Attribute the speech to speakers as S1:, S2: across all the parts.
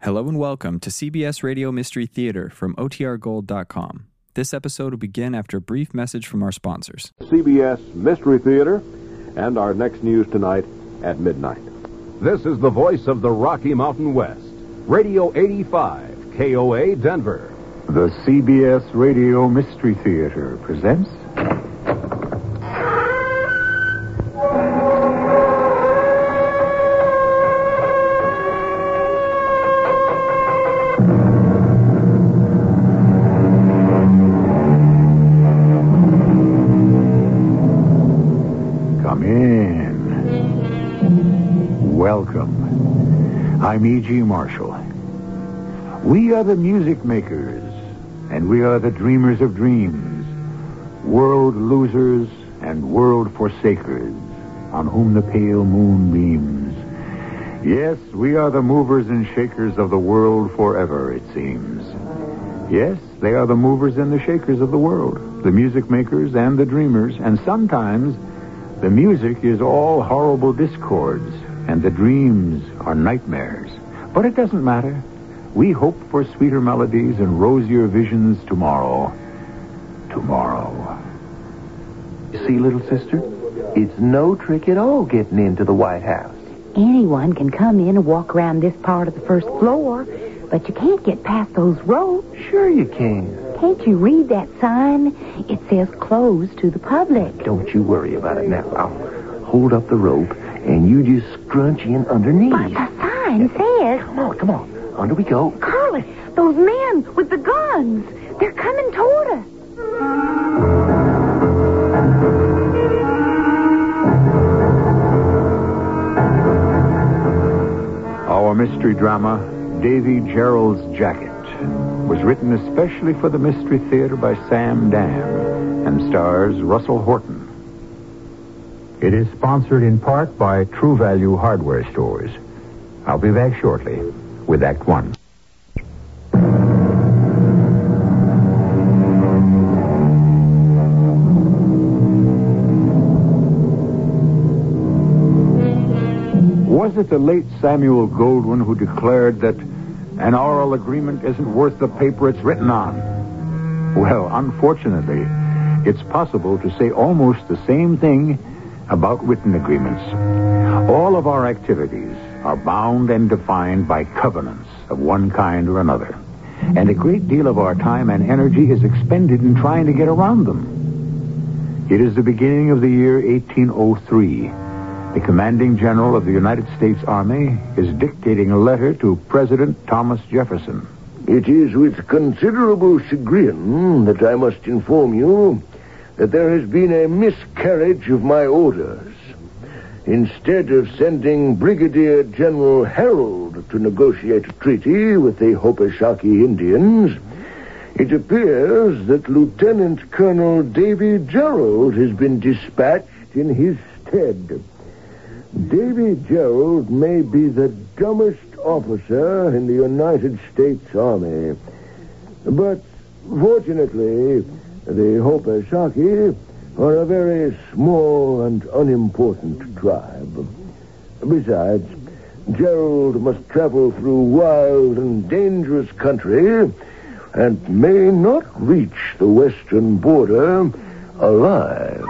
S1: Hello and welcome to CBS Radio Mystery Theater from OTRGold.com. This episode will begin after a brief message from our sponsors.
S2: CBS Mystery Theater, and our next news tonight at midnight. This is the voice of the Rocky Mountain West, Radio 85, KOA Denver.
S3: The CBS Radio Mystery Theater presents. Come in. Welcome. I'm E.G. Marshall. We are the music makers, and we are the dreamers of dreams, world losers and world forsakers, on whom the pale moon beams. Yes, we are the movers and shakers of the world forever, it seems. Yes, they are the movers and the shakers of the world, the music makers and the dreamers, and sometimes the music is all horrible discords, and the dreams are nightmares. But it doesn't matter. We hope for sweeter melodies and rosier visions tomorrow. Tomorrow. You see, little sister,
S4: It's no trick at all getting into the White House.
S5: Anyone can come in and walk around this part of the first floor, but you can't get past those ropes.
S4: Sure you can.
S5: Can't you read that sign? It says closed to the public.
S4: Don't you worry about it now. I'll hold up the rope and you just scrunch in underneath.
S5: But the sign says,
S4: Come on, come on. Under we go.
S5: Carlos, those men with the guns, they're coming toward us.
S3: Our mystery drama, Davy Gerald's Jacket, was written especially for the Mystery Theater by Sam Dam and stars Russell Horton. It is sponsored in part by True Value Hardware Stores. I'll be back shortly with Act One. Was it the late Samuel Goldwyn who declared that an oral agreement isn't worth the paper it's written on? Well, unfortunately, it's possible to say almost the same thing about written agreements. All of our activities are bound and defined by covenants of one kind or another. And a great deal of our time and energy is expended in trying to get around them. It is the beginning of the year 1803. The commanding general of the United States Army is dictating a letter to President Thomas Jefferson.
S6: It is with considerable chagrin that I must inform you that there has been a miscarriage of my orders. Instead of sending Brigadier General Harold to negotiate a treaty with the Hopeshaki Indians, it appears that Lieutenant Colonel Davy Gerald has been dispatched in his stead. Davy Gerald may be the dumbest officer in the United States Army. But fortunately, the Hopeshaki are a very small and unimportant tribe. Besides, Gerald must travel through wild and dangerous country and may not reach the western border alive.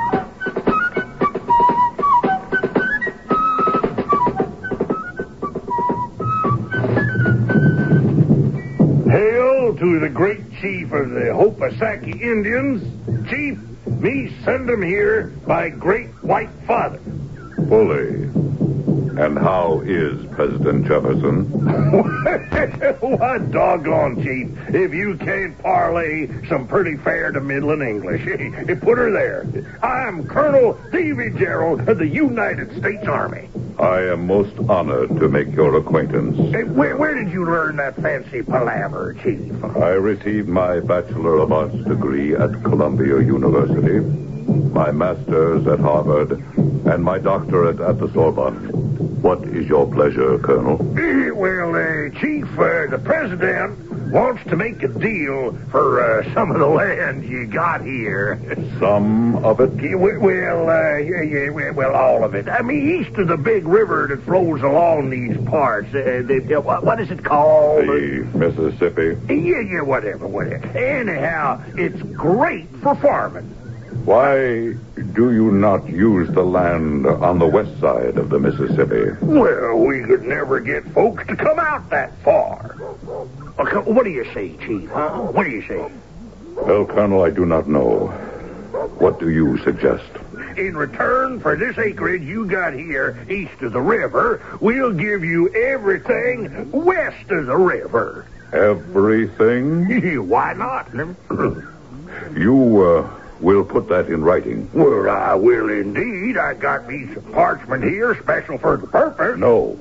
S7: Hail to the great chief of the Hopasaki Indians. Chief, me send them here by great white father.
S8: Fully. And how is President Jefferson?
S7: what doggone chief, if you can't parlay some pretty fair to middling English, put her there. I'm Colonel Davy Gerald of the United States Army.
S8: I am most honored to make your acquaintance.
S7: Hey, where, where did you learn that fancy palaver, chief?
S8: I received my Bachelor of Arts degree at Columbia University, my Master's at Harvard, and my doctorate at the Sorbonne. What is your pleasure, Colonel?
S7: Eh, Well, uh, chief, uh, the president, wants to make a deal for uh, some of the land you got here.
S8: Some of it.
S7: Yeah, we- Well, uh, yeah, yeah, we- well, all of it. I mean, east of the big river that flows along these parts. Uh, the, the- what, what is it called?
S8: The Mississippi.
S7: Yeah, yeah, whatever, whatever. Anyhow, it's great for farming.
S8: Why do you not use the land on the west side of the Mississippi?
S7: Well, we could never get folks to come out that far. Okay, What do you say, Chief? Huh? What do you say?
S8: Well, Colonel, I do not know. What do you suggest?
S7: In return for this acreage you got here east of the river, we'll give you everything west of the river.
S8: Everything?
S7: Why not?
S8: You uh, will put that in writing.
S7: Well, I will indeed. I got me some parchment here, special for the purpose.
S8: No,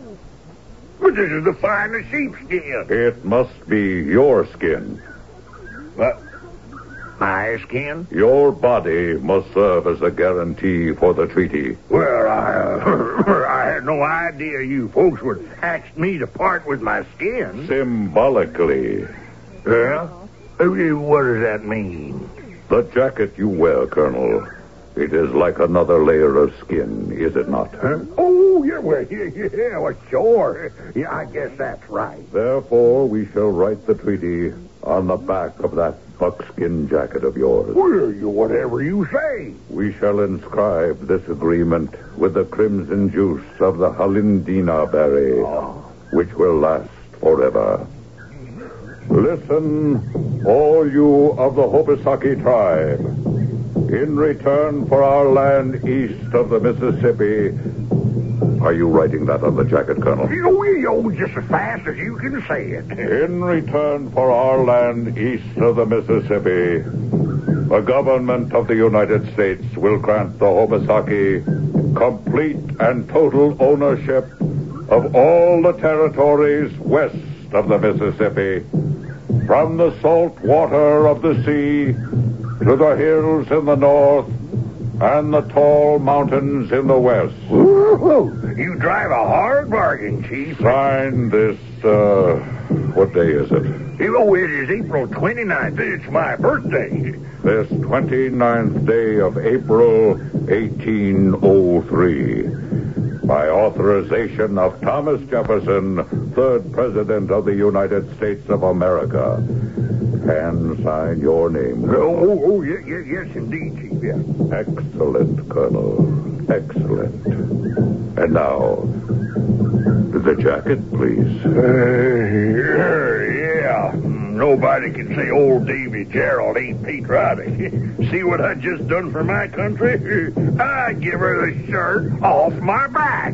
S7: But this is the finest sheepskin.
S8: it must be your skin.
S7: My skin?
S8: Your body must serve as a guarantee for the treaty.
S7: Well, I, uh, I had no idea you folks would ask me to part with my skin.
S8: Symbolically,
S7: Yeah? What does that mean?
S8: the jacket you wear, Colonel, it is like another layer of skin, is it not?
S7: Oh, yeah, well, yeah, yeah, well, sure. Yeah, I guess that's right.
S8: Therefore, we shall write the treaty on the back of that buckskin jacket of yours.
S7: Well, you, whatever you say.
S8: We shall inscribe this agreement with the crimson juice of the Halindina berry, which will last forever. Listen, all you of the Hobosaki tribe. In return for our land east of the Mississippi. Are you writing that on the jacket, Colonel?
S7: We owe just as fast as you can say it.
S8: In return for our land east of the Mississippi, the government of the United States will grant the Homosaki complete and total ownership of all the territories west of the Mississippi, from the salt water of the sea to the hills in the north and the tall mountains in the west.
S7: Woo-hoo. You drive a hard bargain, Chief.
S8: Sign this, uh, what day is it?
S7: Oh, it is April 29th. It's my birthday.
S8: this 29th day of April 1803 by authorization of Thomas Jefferson, third President of the United States of America. And sign your name.
S7: Oh, oh yeah, yeah, yes, indeed, Chief. Yeah.
S8: Excellent, Colonel. Excellent. And now, the jacket, please.
S7: Uh, yeah, yeah. Nobody can say old Davy Gerald ain't patriotic. See what I just done for my country? I give her the shirt off my back.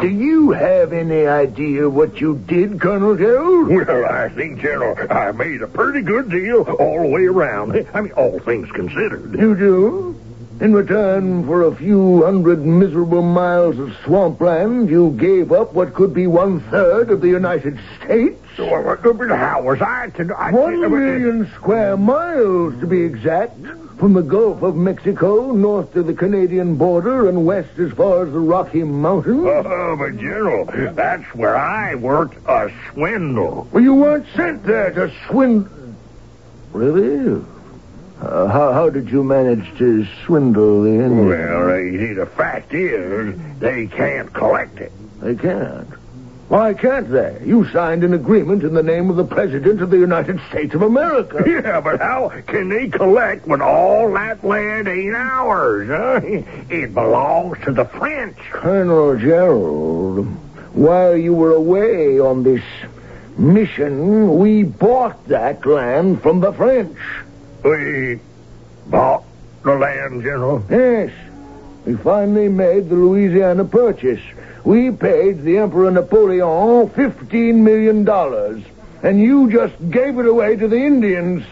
S6: Do you have any idea what you did, Colonel Gerald?
S7: Well, I think, General, I made a pretty good deal all the way around. I mean, all things considered.
S6: You do? In return for a few hundred miserable miles of swampland, you gave up what could be one third of the United States?
S7: So, uh, but how was I to? I
S6: One
S7: uh,
S6: million square miles, to be exact, from the Gulf of Mexico north to the Canadian border and west as far as the Rocky Mountains.
S7: Oh, but General, that's where I worked a swindle.
S6: Well, you weren't sent there to swindle. Really? Uh, how, how did you manage to swindle the Indians?
S7: Well, uh, you see, the fact is, they can't collect it.
S6: They can't. Why can't they? You signed an agreement in the name of the President of the United States of America.
S7: Yeah, but how can they collect when all that land ain't ours, huh? It belongs to the French.
S6: Colonel Gerald, while you were away on this mission, we bought that land from the French.
S7: We bought the land, General.
S6: Yes. We finally made the Louisiana Purchase. We paid the Emperor Napoleon $15 million, and you just gave it away to the Indians.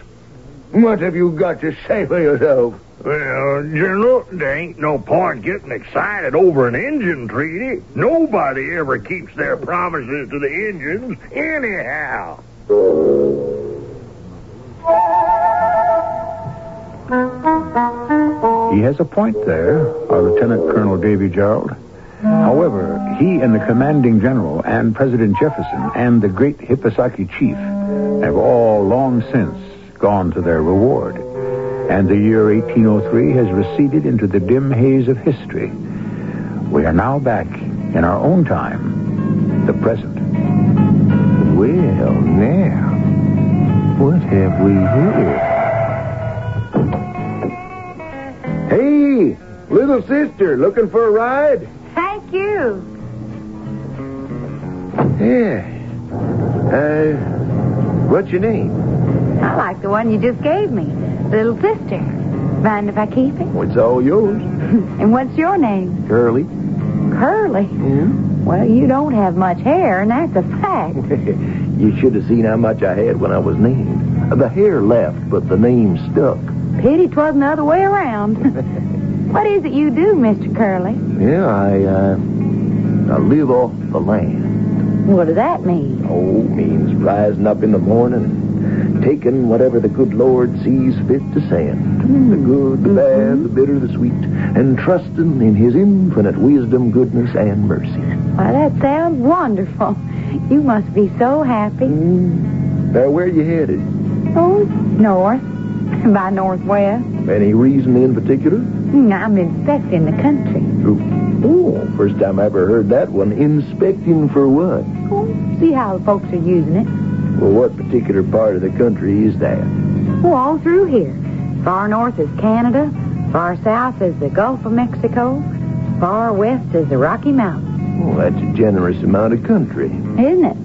S6: What have you got to say for yourself?
S7: Well, General, there ain't no point getting excited over an Indian treaty. Nobody ever keeps their promises to the Indians, anyhow.
S3: He has a point there, our Lieutenant Colonel Davy Gerald. However, he and the commanding general and President Jefferson and the great Hippisaki chief have all long since gone to their reward. And the year 1803 has receded into the dim haze of history. We are now back in our own time, the present.
S6: Well, now, what have we here?
S9: Hey, little sister, looking for a ride?
S5: Thank you.
S9: Yeah. Uh, what's your name?
S5: I like the one you just gave me, little sister. Mind if I keep it?
S9: It's all yours.
S5: And what's your name?
S9: Curly.
S5: Curly.
S9: Yeah.
S5: Well, you don't have much hair, and that's a fact.
S6: You should have seen how much I had when I was named. The hair left, but the name stuck.
S5: Pity 'twasn't the other way around. what is it you do, Mr. Curly?
S6: Yeah, I, uh, I live off the land.
S5: What does that mean?
S6: Oh, means rising up in the morning and taking whatever the good Lord sees fit to send. The good, the bad, the bitter, the sweet, and trusting in his infinite wisdom, goodness, and mercy.
S5: Why, that sounds wonderful. You must be so happy.
S6: Now, where you headed?
S5: Oh, north. By northwest.
S6: Any reason in particular?
S5: Hmm, I'm inspecting the country.
S6: Oh, first time I ever heard that one. Inspecting for what?
S5: Oh, see how the folks are using it.
S6: Well, what particular part of the country is that?
S5: Oh, all through here. Far north is Canada. Far south is the Gulf of Mexico. Far west is the Rocky Mountains,
S6: Oh, that's a generous amount of country.
S5: isn't it?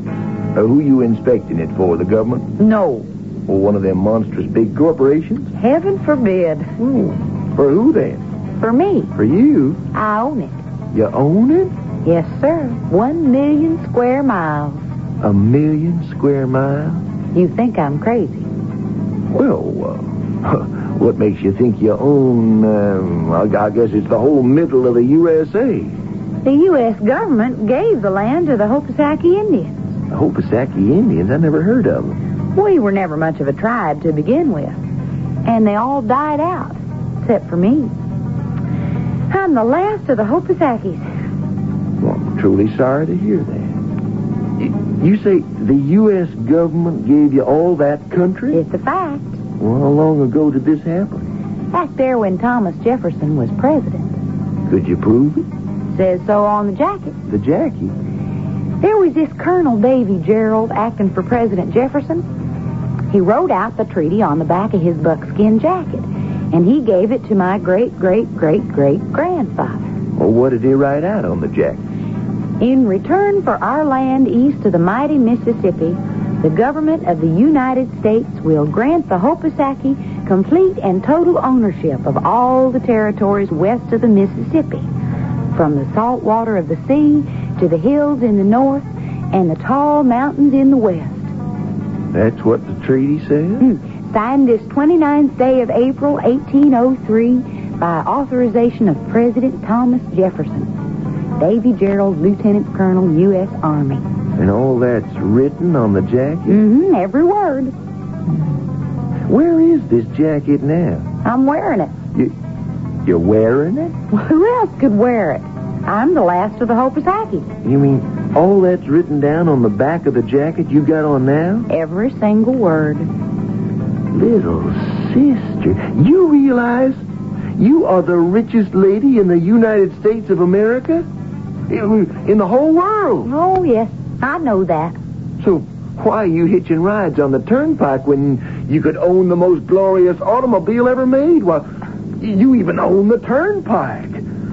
S6: Uh, who you inspecting it for? The government?
S5: No.
S6: Or one of them monstrous big corporations?
S5: Heaven forbid.
S6: For who then?
S5: For me,
S6: For you?
S5: I own it.
S6: You own it?
S5: Yes, sir. One million square miles.
S6: A million square miles?
S5: You think I'm crazy.
S6: Well, uh, what makes you think you own, um, I, I guess it's the whole middle of the USA.
S5: The U.S. government gave the land to the Hopisaki Indians.
S6: The Hopisaki Indians, I never heard of them.
S5: We were never much of a tribe to begin with, and they all died out, except for me. I'm the last of the Hopisakis.
S6: Well, I'm truly sorry to hear that. Y- You say the U.S. government gave you all that country?
S5: It's a fact.
S6: Well, how long ago did this happen?
S5: Back there when Thomas Jefferson was president.
S6: Could you prove it?
S5: Says so on the jacket.
S6: The Jackie.
S5: There was this Colonel Davy Gerald acting for President Jefferson. He wrote out the treaty on the back of his buckskin jacket, and he gave it to my great great great great grandfather.
S6: Well, what did he write out on the Jackie?
S5: In return for our land east of the mighty Mississippi, the government of the United States will grant the Hopisaki complete and total ownership of all the territories west of the Mississippi, from the salt water of the sea to the hills in the north and the tall mountains in the west. Hmm.
S6: That's what the treaty says?
S5: Signed this 29th day of April, 1803, by authorization of President Thomas Jefferson, Davy Gerald, Lieutenant Colonel, U.S. Army.
S6: And all that's written on the Jackie?
S5: Mm-hmm, every word.
S6: Where is this jacket now?
S5: I'm wearing it.
S6: You're wearing it?
S5: Who else could wear it? I'm the last of the Hopisaki.
S6: You mean all that's written down on the back of the jacket you got on now?
S5: Every single word.
S6: Little sister, you realize you are the richest lady in the United States of America? In in the whole world.
S5: Oh, yes, I know that.
S6: So why are you hitching rides on the turnpike when you could own the most glorious automobile ever made? Why, you even own the turnpike.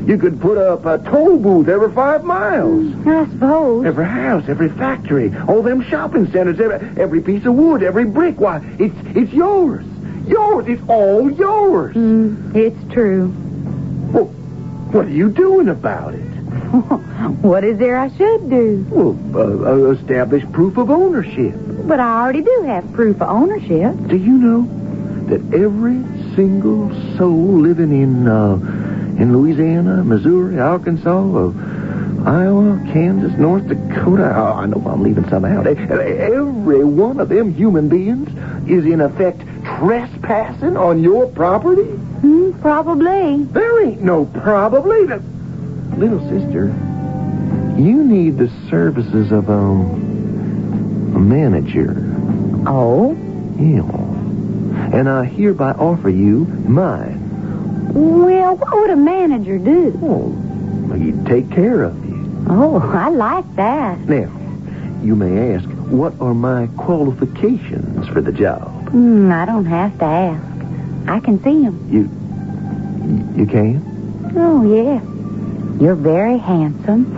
S6: You could put up a toll booth every five miles.
S5: I suppose.
S6: Every house, every factory, all them shopping centers, every, every piece of wood, every brick. Why, it's it's yours. Yours. It's all yours.
S5: Mm, it's true.
S6: Well, what are you doing about it?
S5: what is there I should do?
S6: Well, uh, uh, establish proof of ownership.
S5: But I already do have proof of ownership.
S6: Do you know that every single soul living in uh, in Louisiana, Missouri, Arkansas, uh, Iowa, Kansas, North Dakota, oh, I know I'm leaving some out. E- Every one of them human beings is in effect trespassing on your property?
S5: Hmm, probably.
S6: There ain't no probably. That... Little sister, you need the services of um, a manager.
S5: Oh?
S6: Yeah. And I hereby offer you mine.
S5: Well, what would a manager do?
S6: Oh, he'd take care of you.
S5: Oh, I like that.
S6: Now, you may ask, what are my qualifications for the job?
S5: Hmm, I don't have to ask. I can see him.
S6: You can?
S5: Oh, yes. You're very handsome,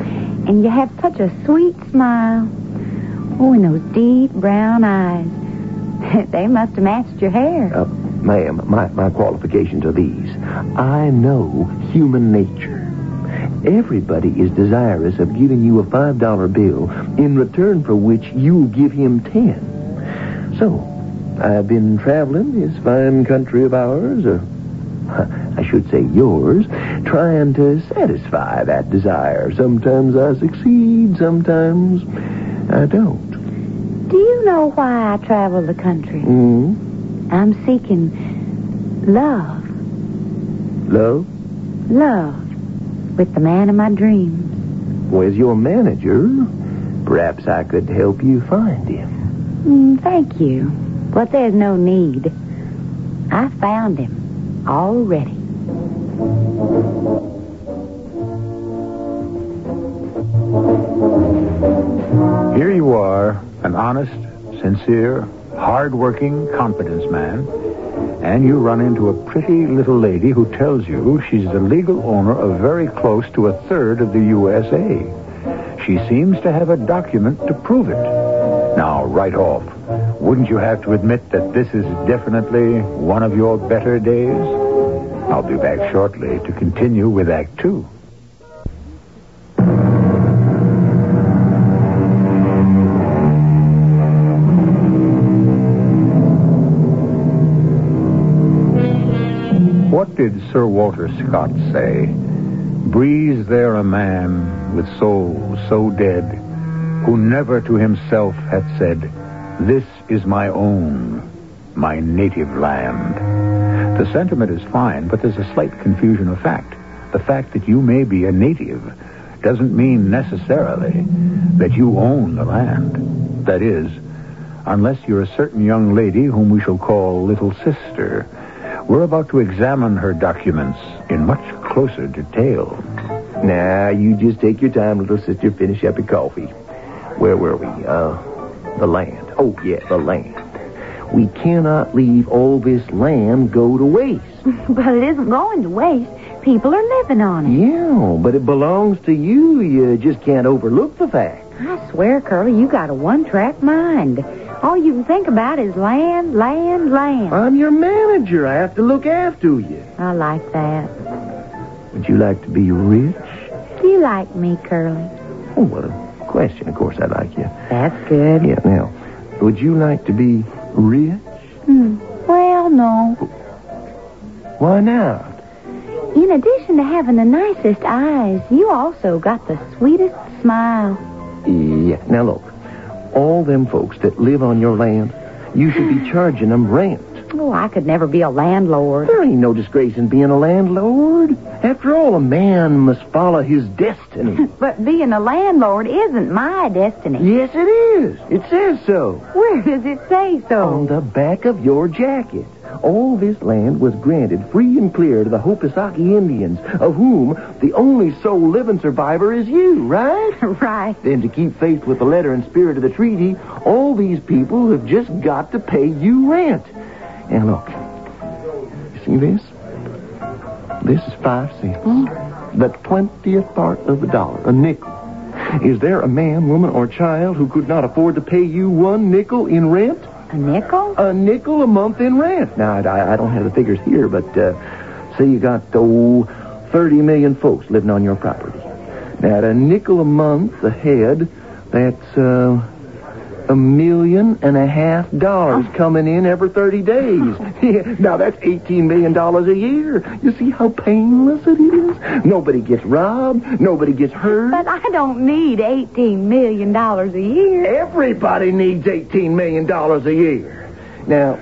S5: and you have such a sweet smile. Oh, and those deep brown eyes. they must have matched your hair.
S6: Uh, ma'am, my, my qualifications are these. I know human nature. Everybody is desirous of giving you a $5 bill in return for which you give him 10. So, I've been traveling this fine country of ours, or I should say yours, trying to satisfy that desire. Sometimes I succeed, sometimes I don't.
S5: Do you know why I travel the country?
S6: Mm,
S5: I'm seeking love,
S6: love,
S5: love with the man of my dreams.
S6: where's your manager? Perhaps I could help you find him.
S5: Mm, thank you. But there's no need. I found him already.
S3: Here you are, an honest, sincere, hard-working, confidence man, and you run into a pretty little lady who tells you she's the legal owner of very close to a third of the USA. She seems to have a document to prove it. Now, right off, wouldn't you have to admit that this is definitely one of your better days? I'll be back shortly to continue with Act Two. What did Sir Walter Scott say? Breathes there a man with soul so dead, who never to himself hath said, This is my own, my native land. The sentiment is fine, but there's a slight confusion of fact. The fact that you may be a native doesn't mean necessarily that you own the land. That is, unless you're a certain young lady whom we shall call Little Sister. We're about to examine her documents in much closer detail.
S6: Nah, you just take your time, little sister. Finish up your coffee. Where were we? Uh, the land. Oh, yeah, the land. We cannot leave all this land go to waste.
S5: But it isn't going to waste. People are living on it.
S6: Yeah, but it belongs to you. You just can't overlook the fact.
S5: I swear, Curly, you got a one-track mind. All you can think about is land, land, land.
S6: I'm your manager. I have to look after you.
S5: I like that.
S6: Would you like to be rich?
S5: Do you like me, Curly?
S6: Oh, what a question. Of course, I like you.
S5: That's good.
S6: Yeah, now, would you like to be rich?
S5: Hmm. Well, no.
S6: Why not?
S5: In addition to having the nicest eyes, you also got the sweetest smile.
S6: Yeah. Now, look, all them folks that live on your land, you should be charging them rent.
S5: Oh, I could never be a landlord.
S6: There ain't no disgrace in being a landlord. After all, a man must follow his destiny.
S5: But being a landlord isn't my destiny.
S6: yes, it is. It says so.
S5: Where does it say
S6: On
S5: so?
S6: the back of your jacket. All this land was granted free and clear to the Hopisaki Indians, of whom the only sole living survivor is you, right?
S5: Right.
S6: Then to keep faith with the letter and spirit of the treaty, all these people have just got to pay you rent. And look, you see this? This is five cents. The twentieth part of a dollar, a nickel. Is there a man, woman, or child who could not afford to pay you one nickel in rent?
S5: A nickel?
S6: A nickel a month in rent. Now, I, I don't have the figures here, but uh, say you got, oh, 30 million folks living on your property. Now, at a nickel a month a head, that's uh, a million and a half dollars coming in every 30 days. Yeah, now, that's $18 million a year. You see how painless it is? Nobody gets robbed. Nobody gets hurt.
S5: But I don't need $18 million a year.
S6: Everybody needs $18 million a year. Now,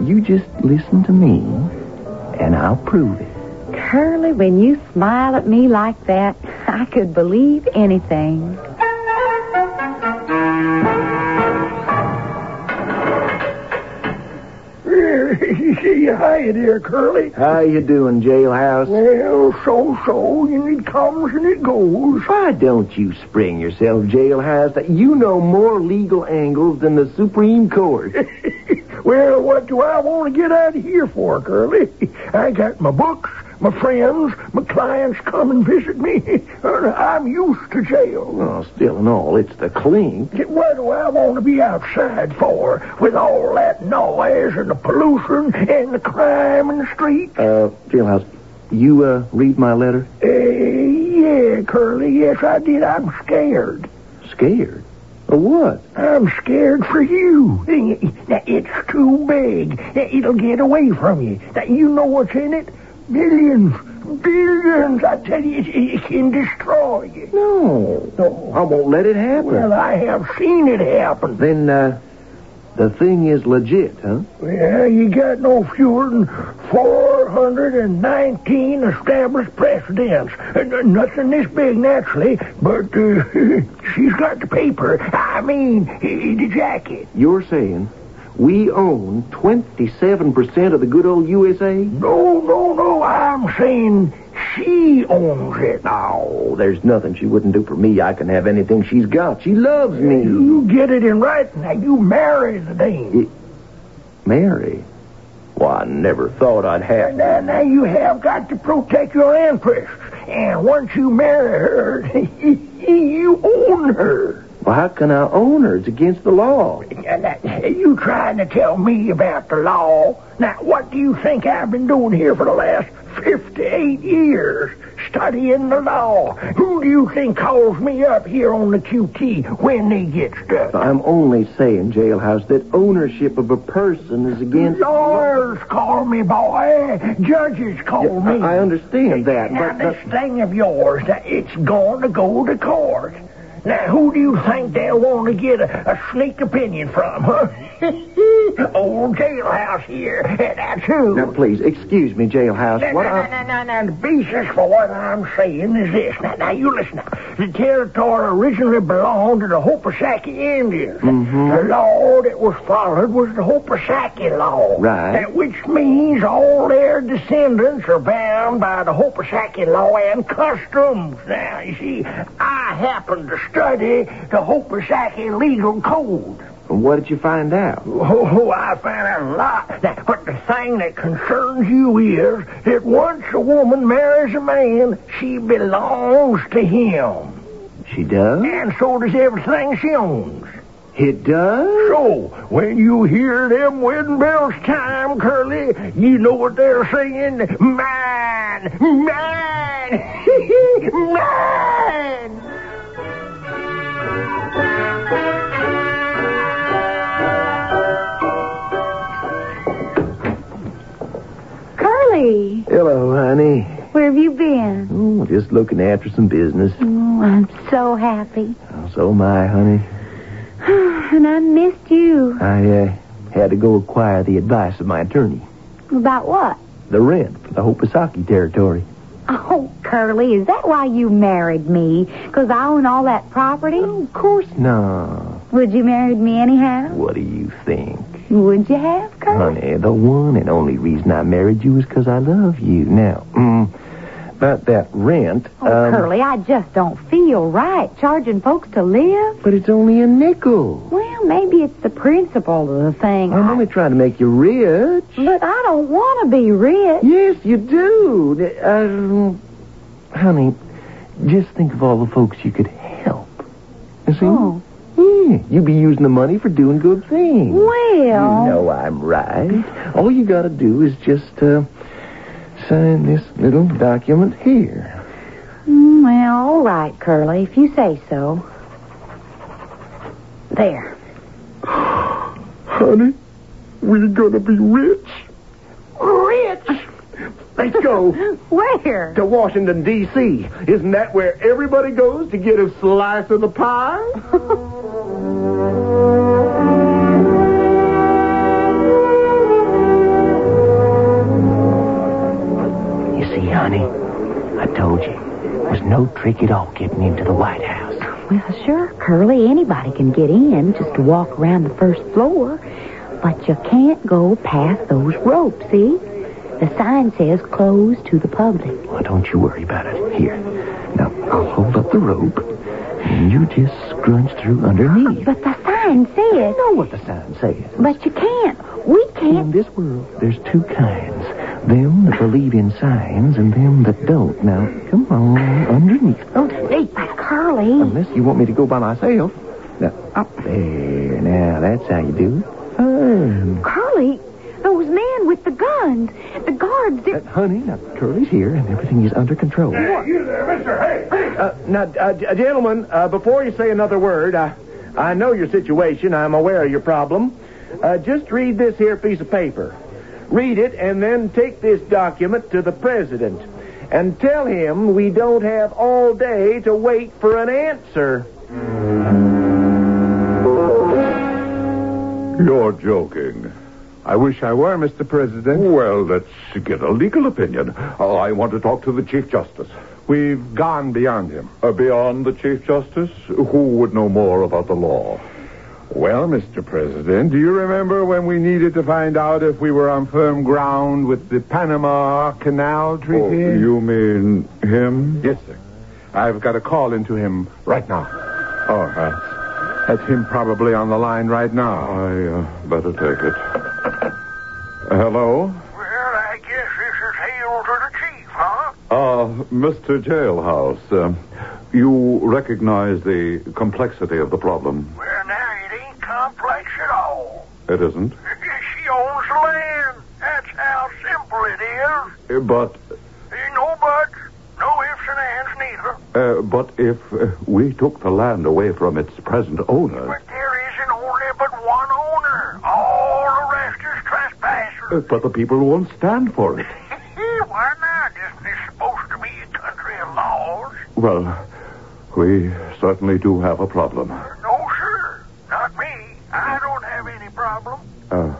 S6: you just listen to me and I'll prove it.
S5: Curly, when you smile at me like that, I could believe anything.
S7: Hi there, Curly.
S6: How you doing, jailhouse?
S7: Well, so-so, and it comes and it goes.
S6: Why don't you spring yourself, jailhouse? You know more legal angles than the Supreme Court.
S7: Well, what do I want to get out of here for, Curly? I got my books, my friends, my clients come and visit me. I'm used to jail.
S6: well, still and all, it's the clink.
S7: What do I want to be outside for with all that noise and the pollution and the crime in the street?
S6: Uh, jailhouse, you uh read my letter?
S7: Eh, yeah, Curly, yes, I did. I'm scared.
S6: Scared? Of what?
S7: I'm scared for you. Now, It's too big. It'll get away from you. Now, You know what's in it? Millions. Billions. I tell you, it- it can destroy you.
S6: No, no, I won't let it happen.
S7: Well, I have seen it happen.
S6: then uh, the thing is legit, huh?
S7: Well, you got no fewer than 419 established precedents. And, uh, Nothing this big, naturally, but uh, she's got the paper. I mean, uh, the jacket.
S6: You're saying we own 27% of the good old USA?
S7: No, no, no. I'm saying she owns it now.
S6: Oh, there's nothing she wouldn't do for me. I can have anything she's got. She loves me.
S7: You get it in writing. Now you marry the dame.
S6: Mary? Well, I never thought I'd have
S7: Now,
S6: that.
S7: now you have got to protect your interests. And once you marry her, you own her.
S6: Well, how can I own her? It's against the law.
S7: Now, now, you trying to tell me about the law? Now, what do you think I've been doing here for the last 58 years? Studying the law. Who do you think calls me up here on the QT when they get stuck?
S6: I'm only saying, Jailhouse, that ownership of a person is against.
S7: Lawyers call me boy. Judges call
S6: I,
S7: me.
S6: I understand that,
S7: Now,
S6: but, but
S7: this thing of yours, now, it's going to go to court. Now, who do you think they'll want to get a, a sneak opinion from, huh? Old jailhouse here. That's who.
S6: now, please excuse me, Jailhouse.
S7: Now,
S6: What
S7: now,
S6: I
S7: now, now, now, the basis for what I'm saying is this. Now, now you listen. up. The territory originally belonged to the Hopasaki Indians.
S6: Mm-hmm.
S7: The law that was followed was the Hopasaki law.
S6: Right.
S7: That- which means all their descendants are bound by the Hopasaki law and customs. Now, you see, I happen to study the Hopasaki legal code.
S6: what did you find out?
S7: Oh, I found out a lot. Now, but the thing that concerns you is that once a woman marries a man, she belongs to him.
S6: She does.
S7: And so does everything she owns.
S6: It does.
S7: So, when you hear them wedding bells chime, Curly, you know what they're saying? Mine! Mine! Mine!
S5: Curly,
S6: Hello, honey.
S5: where have you been?
S6: Oh, just looking after some business.
S5: Oh, I'm so happy.
S6: So am I, honey.
S5: and I missed you.
S6: I uh, had to go acquire the advice of my attorney.
S5: About what?
S6: The rent for the Hopasaki territory.
S5: Oh, Curly, is that why you married me? 'Cause I own all that property? Of course.
S6: No.
S5: Would you married me anyhow?
S6: What do you think?
S5: Would you have, Curly?
S6: Honey, the one and only reason I married you is because I love you. Now, mm, about that rent.
S5: Oh,
S6: um,
S5: Curly, I just don't feel right charging folks to live.
S6: But it's only a nickel.
S5: Well, maybe it's the principle of the thing.
S6: I'm only trying to make you rich.
S5: But I don't want to be rich.
S6: Yes, you do. Um, honey, just think of all the folks you could help. You see?
S5: Oh.
S6: Yeah, you'd be using the money for doing good things.
S5: Well,
S6: You know I'm right. All you gotta do is just, uh, sign this little document here.
S5: mm, well, all right, Curly, if you say so. There.
S6: Honey, we're gonna be rich. Rich? Let's go
S5: Where?
S6: to Washington, D.C. Isn't that where everybody goes to get a slice of the pie?
S10: Connie, I told you, it was no trick at all getting into the White House.
S5: Well, sure, Curly, anybody can get in just to walk around the first floor. But you can't go past those ropes, see? The sign says closed to the public.
S10: Well, don't you worry about it. Here, now I'll hold up the rope, and you just scrunch through underneath.
S5: But the sign says.
S10: know what the sign says.
S5: But you can't. We
S10: In
S5: can't.
S10: this world, there's two kinds. Them that believe in signs and them that don't. Now, come on, underneath.
S5: Underneath by Curly.
S10: Unless you want me to go by myself. Now, up there. Now, that's how you do it. Fine.
S5: Curly, those men with the guns, the guards,
S10: Uh,
S5: they're...
S10: honey, now, Curly's here and everything is under control.
S7: You there, mister. Hey, hey.
S6: Uh, now, uh, g- gentlemen, uh, before you say another word, I, I know your situation. I'm aware of your problem. Uh, just read this here piece of paper. Read it and then take this document to the president and tell him we don't have all day to wait for an answer.
S8: You're joking.
S3: I wish I were, Mr. President.
S8: Well, let's get a legal opinion. Oh, I want to talk to the Chief Justice.
S3: We've gone beyond him.
S8: Uh, beyond the Chief Justice, who would know more about the law?
S3: Well, Mr. President, do you remember when we needed to find out if we were on firm ground with the Panama Canal Treaty?
S8: Oh, you mean him?
S3: Yes, sir. I've got a call into him right now.
S8: All right.
S3: That's him probably on the line right now.
S8: I uh, better take it. Uh, Hello?
S7: Well, I guess this is hail to the chief, huh?
S8: Uh, Mr. Jailhouse, uh, you recognize the complexity of the problem.
S7: Well, now it ain't complex at all.
S8: It isn't.
S7: she owns the land. That's how simple it is.
S8: Uh, But,
S7: Ain't no buts, no ifs and ands neither.
S8: uh, but if uh, we took the land away from its present owner.
S7: But there isn't only but one owner. All the rest is
S8: Uh,
S7: trespassers.
S8: But the people won't stand for it.
S7: Why not? Isn't this supposed to be a country of laws?
S8: Well, we certainly do have a problem.
S7: No, sir. Not me. I don't have any problem.
S8: Uh,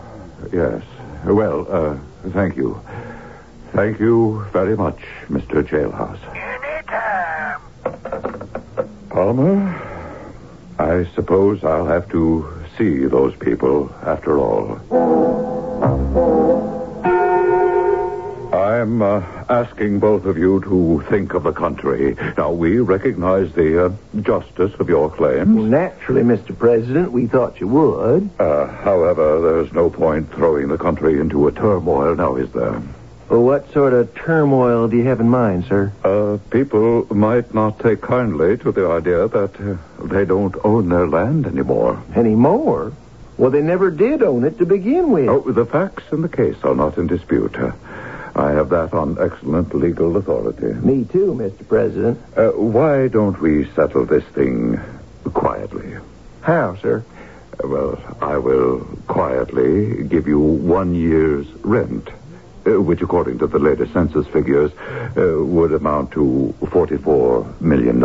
S8: yes. Well, uh, thank you. Thank you very much, Mr. Jailhouse.
S7: Anytime.
S8: Palmer, I suppose I'll have to see those people after all. I'm uh, asking both of you to think of the country. Now, we recognize the uh, justice of your claims.
S9: Well, naturally, Mr. President, we thought you would.
S8: Uh, however, there's no point throwing the country into a turmoil now, is there?
S9: Well, what sort of turmoil do you have in mind, sir?
S8: Uh, people might not take kindly to the idea that uh, they don't own their land anymore.
S9: Any more? Well, they never did own it to begin with.
S8: Oh, the facts in the case are not in dispute. Uh, I have that on excellent legal authority.
S9: Me too, Mr. President.
S8: Uh, why don't we settle this thing quietly?
S9: How, sir?
S8: Uh, Well, I will quietly give you one year's rent, uh, which, according to the latest census figures, uh, would amount to $44 million,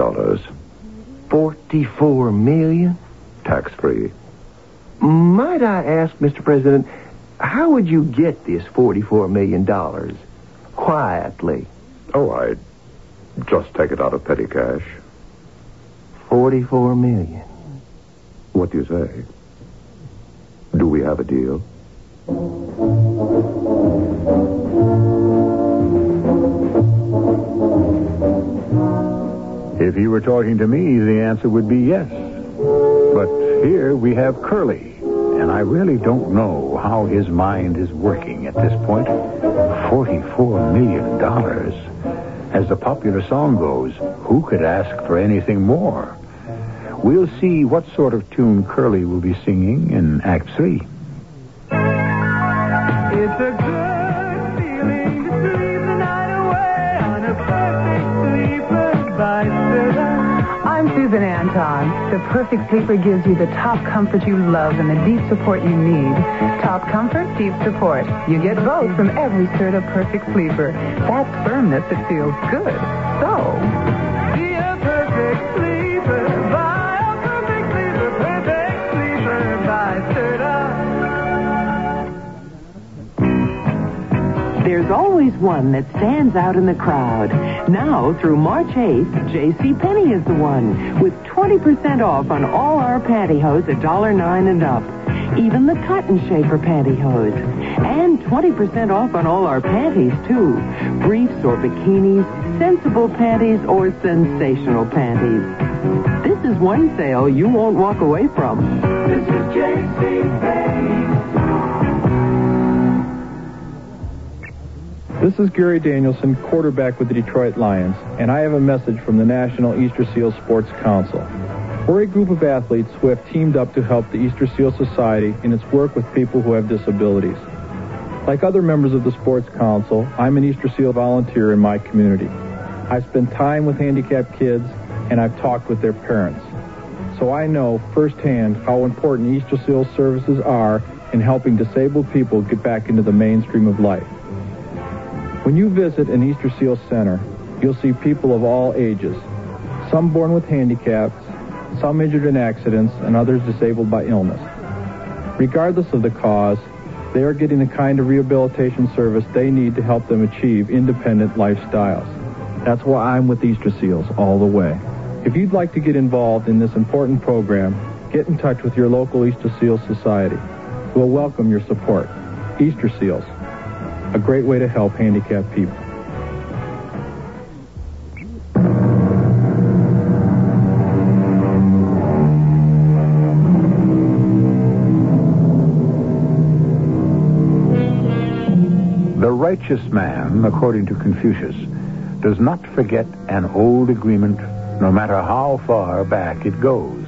S9: Forty-four million?
S8: tax free.
S9: Might I ask, Mr. President, how would you get this forty-four million dollars? Quietly.
S8: Oh, I just take it out of petty cash.
S9: Forty-four million.
S8: What do you say? Do we have a deal?
S3: If he were talking to me, the answer would be yes. But here we have Curly, and I really don't know how his mind is working at this point. $44 million. As the popular song goes, who could ask for anything more? We'll see what sort of tune Curly will be singing in Act 3.
S11: It's a good feeling to sleep the night away on a perfect sleeper bicycle.
S12: I'm Susan Anton. The Perfect Sleeper gives you the top comfort you love and the deep support you need. Top comfort, deep support. You get both from every sort of Perfect Sleeper. That firmness that feels good. So,
S11: Be a perfect sleeper, buy a perfect sleeper, perfect sleeper bicycle.
S12: there's always
S13: one that stands out in the crowd. Now, through March 8th, JCPenney is the one, with 20% off on all our pantyhose $1.09 and up. Even the cotton shaper pantyhose. And 20% off on all our panties, too. Briefs or bikinis, sensible panties or sensational panties. This is one sale you won't walk away from. This is
S14: This is Gary Danielson, quarterback with the Detroit Lions, and I have a message from the National Easter Seal Sports Council. We're a group of athletes who have teamed up to help the Easter Seal Society in its work with people who have disabilities. Like other members of the Sports Council, I'm an Easter Seal volunteer in my community. I've spent time with handicapped kids, and I've talked with their parents. So I know firsthand how important Easter Seal services are in helping disabled people get back into the mainstream of life. When you visit an Easter Seal Center, you'll see people of all ages, some born with handicaps, some injured in accidents, and others disabled by illness. Regardless of the cause, they are getting the kind of rehabilitation service they need to help them achieve independent lifestyles. That's why I'm with Easter Seals all the way. If you'd like to get involved in this important program, get in touch with your local Easter Seals Society. We'll welcome your support. Easter Seals, a great way to help handicapped people.
S3: The righteous man, according to Confucius, does not forget an old agreement, no matter how far back it goes.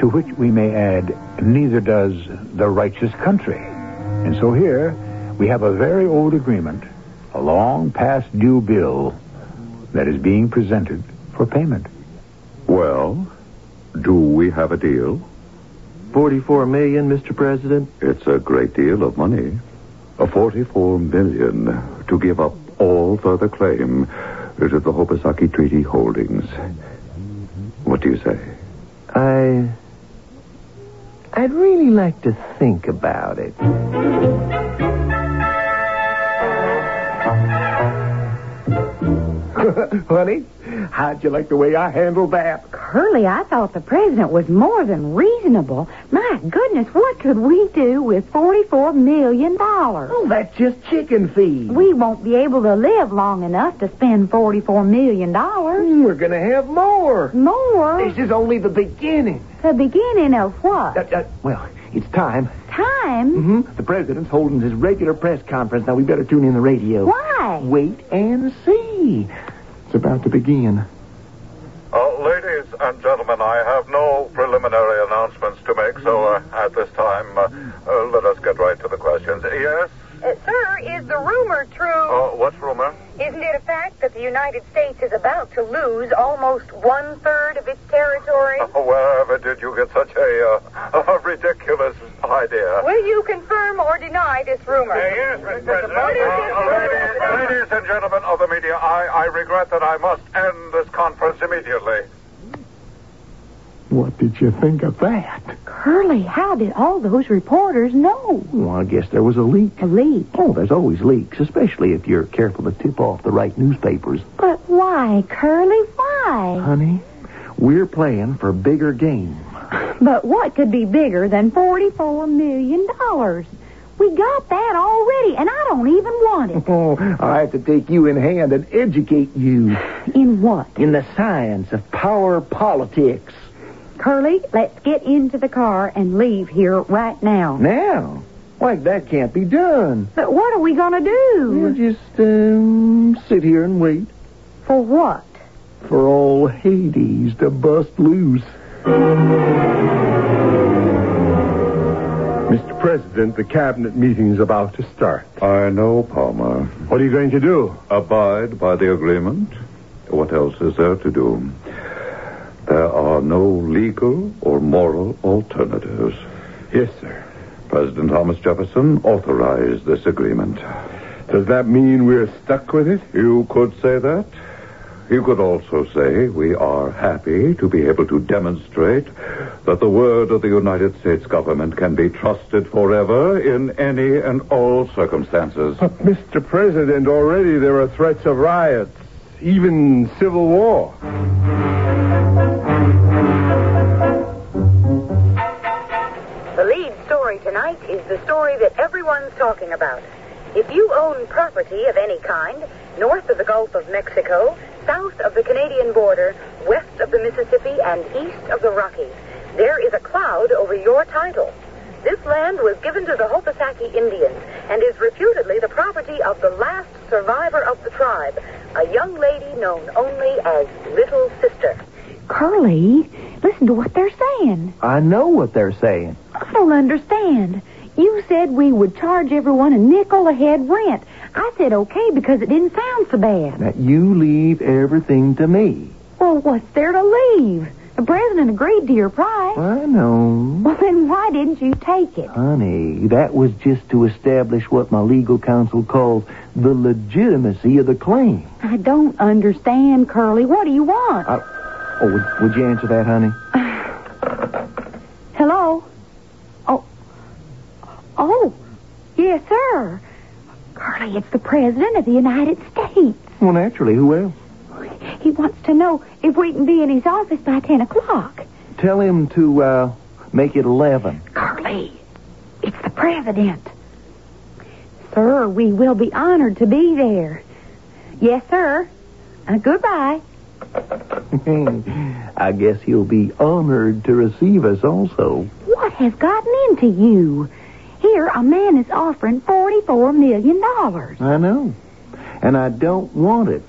S3: To which we may add, neither does the righteous country. And so here, we have a very old agreement, a long past due bill that is being presented for payment.
S15: Well, do we have a deal?
S10: 44 million, Mr. President.
S15: It's a great deal of money. A 44 million to give up all further claim to the Hobosaki Treaty holdings. What do you say?
S10: I. I'd really like to think about it.
S6: Honey, how'd you like the way I handled that?
S5: Curly, I thought the president was more than reasonable. My goodness, what could we do with $44 million? Oh,
S6: that's just chicken feed.
S5: We won't be able to live long enough to spend $44 million. We're
S6: going to have more.
S5: More?
S6: This is only the beginning.
S5: The beginning of what?
S6: Uh, uh, well, it's time.
S5: Time?
S6: Mm-hmm. The president's holding his regular press conference. Now, we better tune in the radio.
S5: Why?
S6: Wait and see. It's about to begin.
S8: Uh, ladies and gentlemen, I have no preliminary announcements to make, so uh, at this time, uh, uh, let us get right to the questions. Yes?
S16: Uh, sir, is the rumor true?
S8: Uh, what's rumor?
S16: Isn't it a fact that the United States is about to lose almost one third of its territory?
S8: Oh, Wherever did you get such a, uh, a ridiculous idea?
S16: Will you confirm or deny this rumor?
S8: yes, Mr. President. ladies, ladies and gentlemen of the media, I, I regret that I must end this conference immediately.
S6: What did you think of that?
S5: Curly, how did all those reporters know?
S6: Well, Oh, I guess there was a leak.
S5: A leak?
S6: Oh, there's always leaks, especially if you're careful to tip off the right newspapers.
S5: But why, Curly, why?
S6: Honey, we're playing for bigger game.
S5: But what could be bigger than $44 million? We got that already, and I don't even want it.
S6: Oh, I have to take you in hand and educate you
S5: In what?
S6: in the science of power politics.
S5: Curly, let's get into the car and leave here right now.
S6: Now, why that can't be done.
S5: But what are we going to
S6: We'll
S5: do?
S6: just um, sit here and wait
S5: For what?
S6: for all Hades to bust loose.
S2: Mr. President, the cabinet meeting's about to start.
S8: I know, Palmer.
S2: What are you going to do?
S8: Abide by the agreement. What else is there to do? There are no legal or moral alternatives.
S2: Yes, sir.
S8: President Thomas Jefferson authorized this agreement.
S2: Does that mean we're stuck with it?
S8: You could say that. You could also say we are happy to be able to demonstrate that the word of the United States government can be trusted forever in any and all circumstances.
S17: Mr. President, already there are threats of riots, even civil war.
S16: The lead story tonight is the story that everyone's talking about. If you own property of any kind, north of the Gulf of Mexico, south of the Canadian border, west of the Mississippi, and east of the Rockies, there is a cloud over your title. This land was given to the Hopasaki Indians and is reputedly the property of the last survivor of the tribe, a young lady known only as Little Sister.
S5: Curly, listen to what they're saying.
S6: I know what they're saying.
S5: I don't understand. You said we would charge everyone a nickel a head rent. I said okay because it didn't sound so bad.
S6: Now, you leave everything to me.
S5: Well, what's there to leave? The president agreed to your price.
S6: I know.
S5: Well, then why didn't you take it?
S6: Honey, that was just to establish what my legal counsel calls the legitimacy of the claim.
S5: I don't understand, Curly. What do you want?
S6: I, oh, would, would you answer that, honey?
S5: Hello? Oh. Oh. Yes, sir. Curly, it's the president of the United States.
S6: Well, naturally, who else?
S5: He wants to know if we can be in his office by 10 o'clock.
S6: Tell him to uh, make it 11.
S5: Curly, it's the president. Sir, we will be honored to be there. Yes, sir. Uh, goodbye.
S6: I guess he'll be honored to receive us also.
S5: What has gotten into you? Here, a man is offering $44 million. Well,
S6: I know. And I don't want it.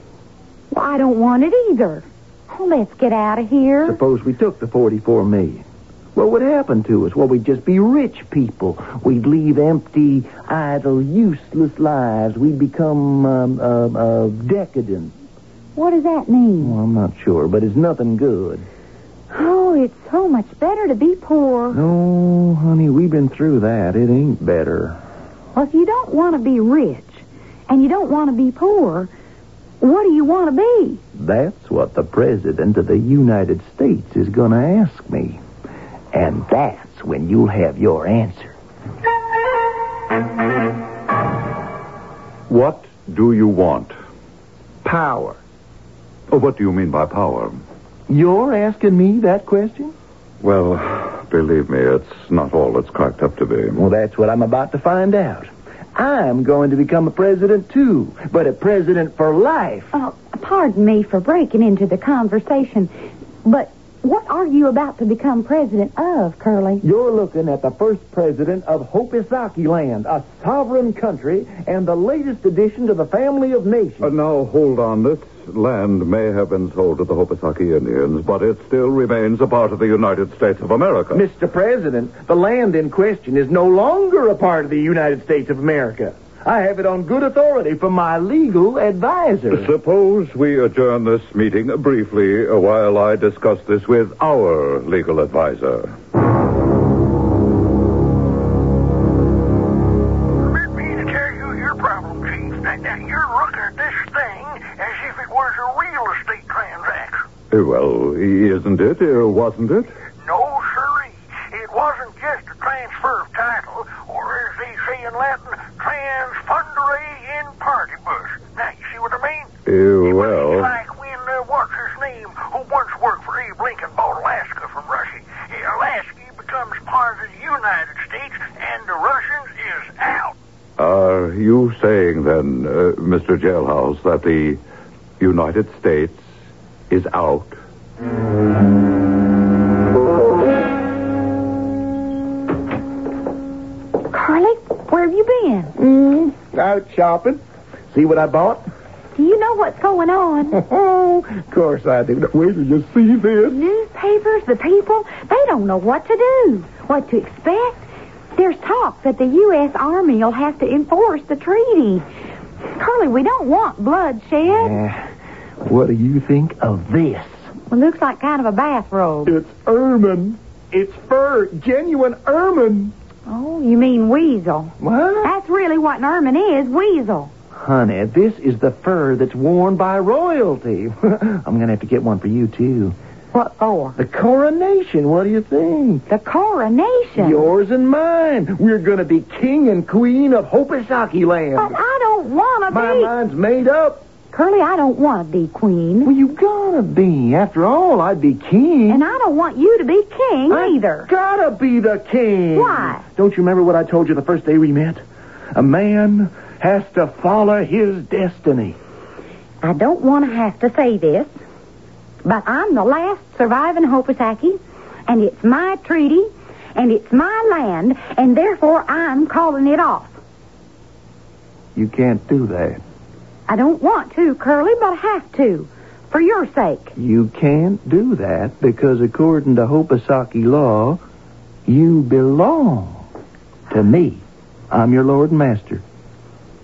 S5: I don't want it either. Oh, let's get out of here.
S6: Suppose we took the 44 million. What would happen to us? Well, we'd just be rich people. We'd leave empty, idle, useless lives. We'd become um, uh, uh, decadent.
S5: What does that mean?
S6: Well, I'm not sure, but it's nothing good.
S5: Oh, it's so much better to be poor.
S6: No, honey, we've been through that. It ain't better.
S5: Well, if you don't want to be rich and you don't want to be poor, what do you want to be?
S6: That's what the President of the United States is going to ask me. And that's when you'll have your answer.
S8: What do you want?
S6: Power.
S8: Oh, what do you mean by power?
S6: You're asking me that question?
S8: Well, believe me, it's not all it's cracked up to be.
S6: Well, that's what I'm about to find out. I'm going to become a president, too, but a president for life.
S5: Oh, pardon me for breaking into the conversation, but what are you about to become president of, Curly?
S6: You're looking at the first president of Hopisaki land, a sovereign country, and the latest addition to the family of nations.
S8: Uh, now, hold on. This land may have been sold to the Hopasaki Indians, but it still remains a part of the United States of America.
S6: Mr. Uh, President, the land in question is no longer a part of the United States of America. I have it on good authority from my legal advisor.
S8: Suppose we adjourn this meeting briefly while I discuss this with our legal advisor.
S7: Permit me to tell you your problem, Chief, that, that you're looking at this thing as if it was a real estate transaction.
S8: Eh, Well, isn't it? Eh, Wasn't it?
S7: No, sirree. It wasn't just a transfer of title, or as they say in Latin, transfundere in partibus. Now, you see what I mean?
S8: Eh,
S2: Oh.
S8: Well,
S7: Like when, uh, what's his name, who once worked for Abe Lincoln, bought Alaska from Russia. Eh, Alaska becomes part of the United States, and the Russians is out.
S8: are you saying then, uh, Mr. Jailhouse, that the United States is out?
S5: Curly, where have you been?
S6: Mm, out shopping. See what I bought?
S5: Do you know what's going on?
S6: of course I do. Where did you see this?
S5: Newspapers, the people, they don't know what to do, what to expect. There's talk that the U.S. Army will have to enforce the treaty. Curly, we don't want bloodshed.
S6: Eh, what do you think of this?
S5: Well, looks like kind of a bathrobe.
S6: It's ermine. It's fur. Genuine ermine.
S5: Oh, you mean weasel.
S6: What?
S5: That's really what an ermine is, weasel.
S6: honey, this is the fur that's worn by royalty. I'm going to have to get one for you, too.
S18: What for?
S6: The coronation. What do you think?
S18: The coronation?
S6: Yours and mine. We're going to be king and queen of Hopisaki land.
S18: But I don't want to
S6: My
S18: be.
S6: mind's made up.
S18: Curly, I don't want to be queen.
S6: Well, you gotta be. After all, I'd be king.
S18: And I don't want you to be king either.
S6: Gotta be the king.
S18: Why?
S6: Don't you remember what I told you the first day we met? A man has to follow his destiny.
S18: I don't want to have to say this, but I'm the last surviving Hopisaki, and it's my treaty, and it's my land, and therefore I'm calling it off.
S6: You can't do that.
S18: I don't want to, Curly, but I have to, for your sake.
S6: You can't do that because according to Hopisaki law, you belong to me. I'm your lord and master.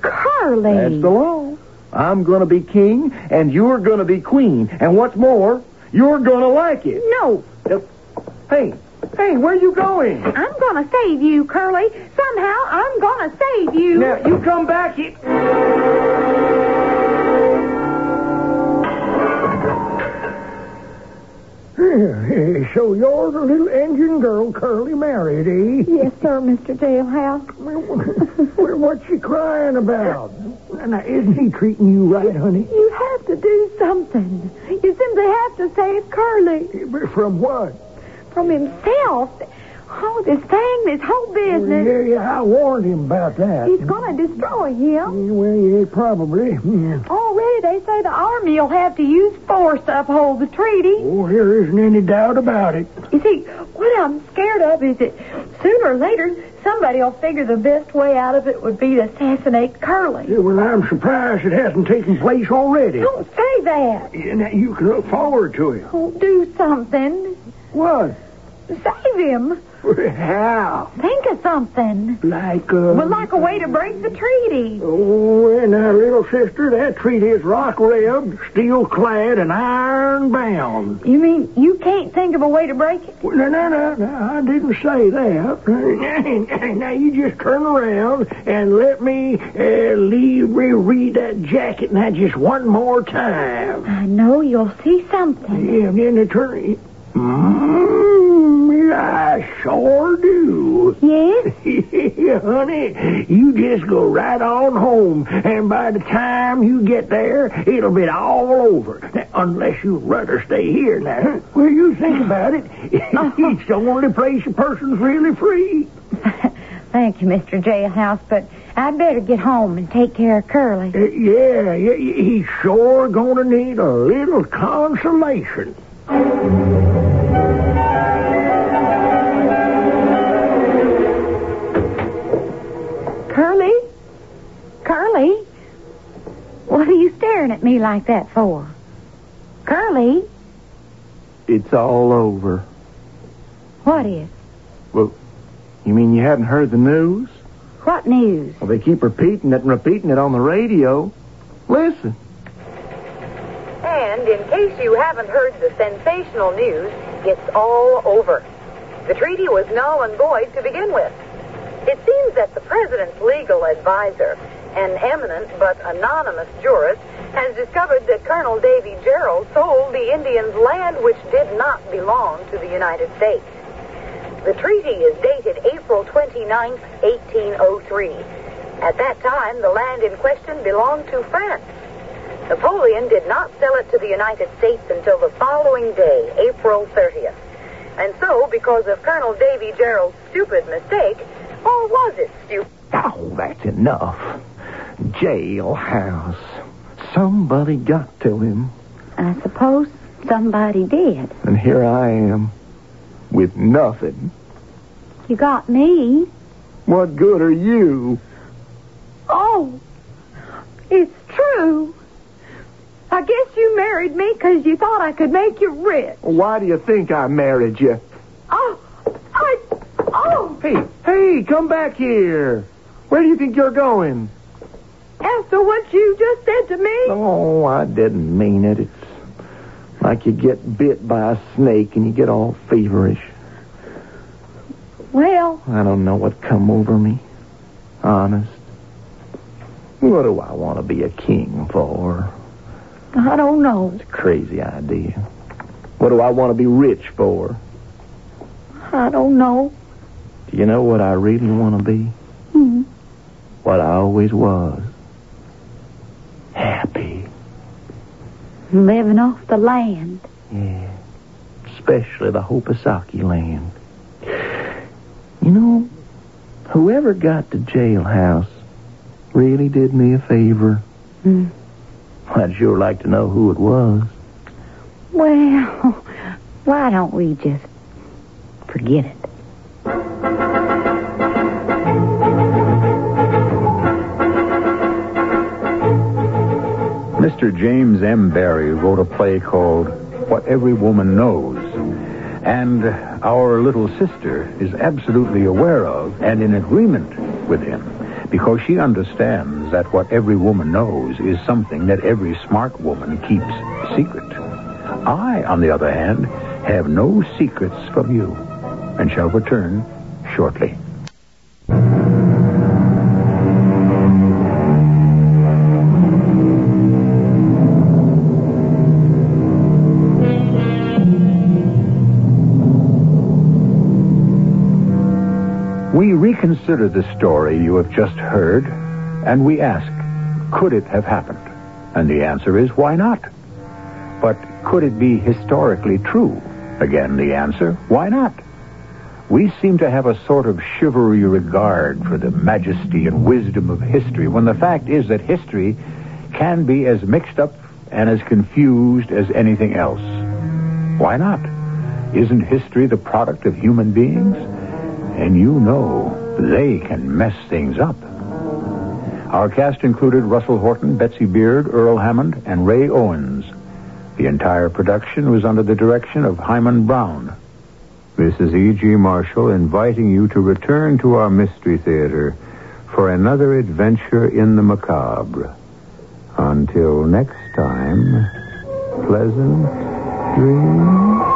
S18: Curly.
S6: That's the law. I'm going to be king, and you're going to be queen. And what's more, you're going to like it.
S18: No.
S6: Hey, hey, where you going?
S18: I'm going to save you, Curly. Somehow I'm going to save you.
S6: Now, you come back here.
S7: so you're the little engine girl Curly married, eh?
S5: Yes, sir, Mr. Jailhouse.
S7: Well, what's she crying about? Now, isn't he treating you right, honey?
S5: You have to do something. You simply have to save Curly.
S7: From what?
S5: From himself. Oh, this thing, this whole business.
S7: Yeah, yeah, I warned him about that.
S5: He's going to destroy him.
S7: Yeah, Well, yeah, probably. Yeah.
S5: Already they say the army will have to use force to uphold the treaty.
S7: Oh, there isn't any doubt about it.
S5: You see, what I'm scared of is that sooner or later somebody will figure the best way out of it would be to assassinate Curly.
S7: Yeah, well, I'm surprised it hasn't taken place already.
S5: Don't say that.
S7: Yeah, now, you can look forward to it.
S5: Oh, do something.
S7: What?
S5: Save him.
S7: How?
S5: Think of something.
S7: Like, uh...
S5: Well, like a way to break the treaty.
S7: Oh, and our little sister, that treat is rock ribbed, steel clad, and iron bound.
S5: You mean you can't think of a way to break it?
S7: Well, no, no, no, no, I didn't say that. now you just turn around and let me uh, leave reread that jacket now just one more time.
S5: I know you'll see something.
S7: Yeah, and then the turn. Mm, I sure do.
S5: Yes?
S7: yeah, honey, you just go right on home, and by the time you get there, it'll be all over. Now, unless you rather stay here now. Well, you think about it. it's the only place a person's really free.
S18: Thank you, Mr. Jailhouse, but I'd better get home and take care of Curly.
S7: Uh, yeah, yeah, he's sure gonna need a little consolation.
S18: Curly? Curly? What are you staring at me like that for? Curly?
S6: It's all over.
S18: What is?
S6: Well, you mean you hadn't heard the news?
S18: What news?
S6: Well, they keep repeating it and repeating it on the radio. Listen.
S16: And in case you haven't heard the sensational news, it's all over. The treaty was null and void to begin with. It seems that the president's legal advisor, an eminent but anonymous jurist, has discovered that Colonel Davy Gerald sold the Indians land which did not belong to the United States. The treaty is dated April 29, 1803. At that time, the land in question belonged to France. Napoleon did not sell it to the United States until the following day, April 30th. And so, because of Colonel Davy Gerald's stupid mistake, or was it stupid?
S6: Oh, that's enough. Jailhouse. Somebody got to him.
S18: I suppose somebody did.
S6: And here I am. With nothing.
S18: You got me.
S6: What good are you?
S5: Oh, it's true. I guess you married me because you thought I could make you rich.
S6: Why do you think I married you?
S5: Oh, I. Oh,
S6: Hey, hey, come back here. Where do you think you're going?
S5: after what you just said to me.
S6: Oh, I didn't mean it. It's like you get bit by a snake and you get all feverish.
S5: Well,
S6: I don't know what come over me. Honest. What do I want to be a king for?
S19: I don't know.
S6: Crazy idea. What do I want to be rich for?
S19: I don't know.
S6: Do you know what I really want to be?
S19: Hmm.
S6: What I always was. Happy.
S5: Living off the land.
S6: Yeah. Mm. Especially the Hopasaki land. You know, whoever got the jailhouse really did me a favor.
S5: Hmm.
S6: I'd sure like to know who it was.
S5: Well, why don't we just forget it?
S3: Mr. James M. Barry wrote a play called What Every Woman Knows, and our little sister is absolutely aware of and in agreement with him because she understands that what every woman knows is something that every smart woman keeps secret. I, on the other hand, have no secrets from you and shall return shortly. We reconsider the story you have just heard, and we ask, could it have happened? And the answer is, why not? But could it be historically true? Again, the answer, why not? We seem to have a sort of chivalry regard for the majesty and wisdom of history, when the fact is that history can be as mixed up and as confused as anything else. Why not? Isn't history the product of human beings? And you know they can mess things up. Our cast included Russell Horton, Betsy Beard, Earl Hammond, and Ray Owens. The entire production was under the direction of Hyman Brown. E
S20: This is E.G. Marshall inviting you to return to our Mystery Theater for another adventure in the macabre. Until next time, pleasant dreams.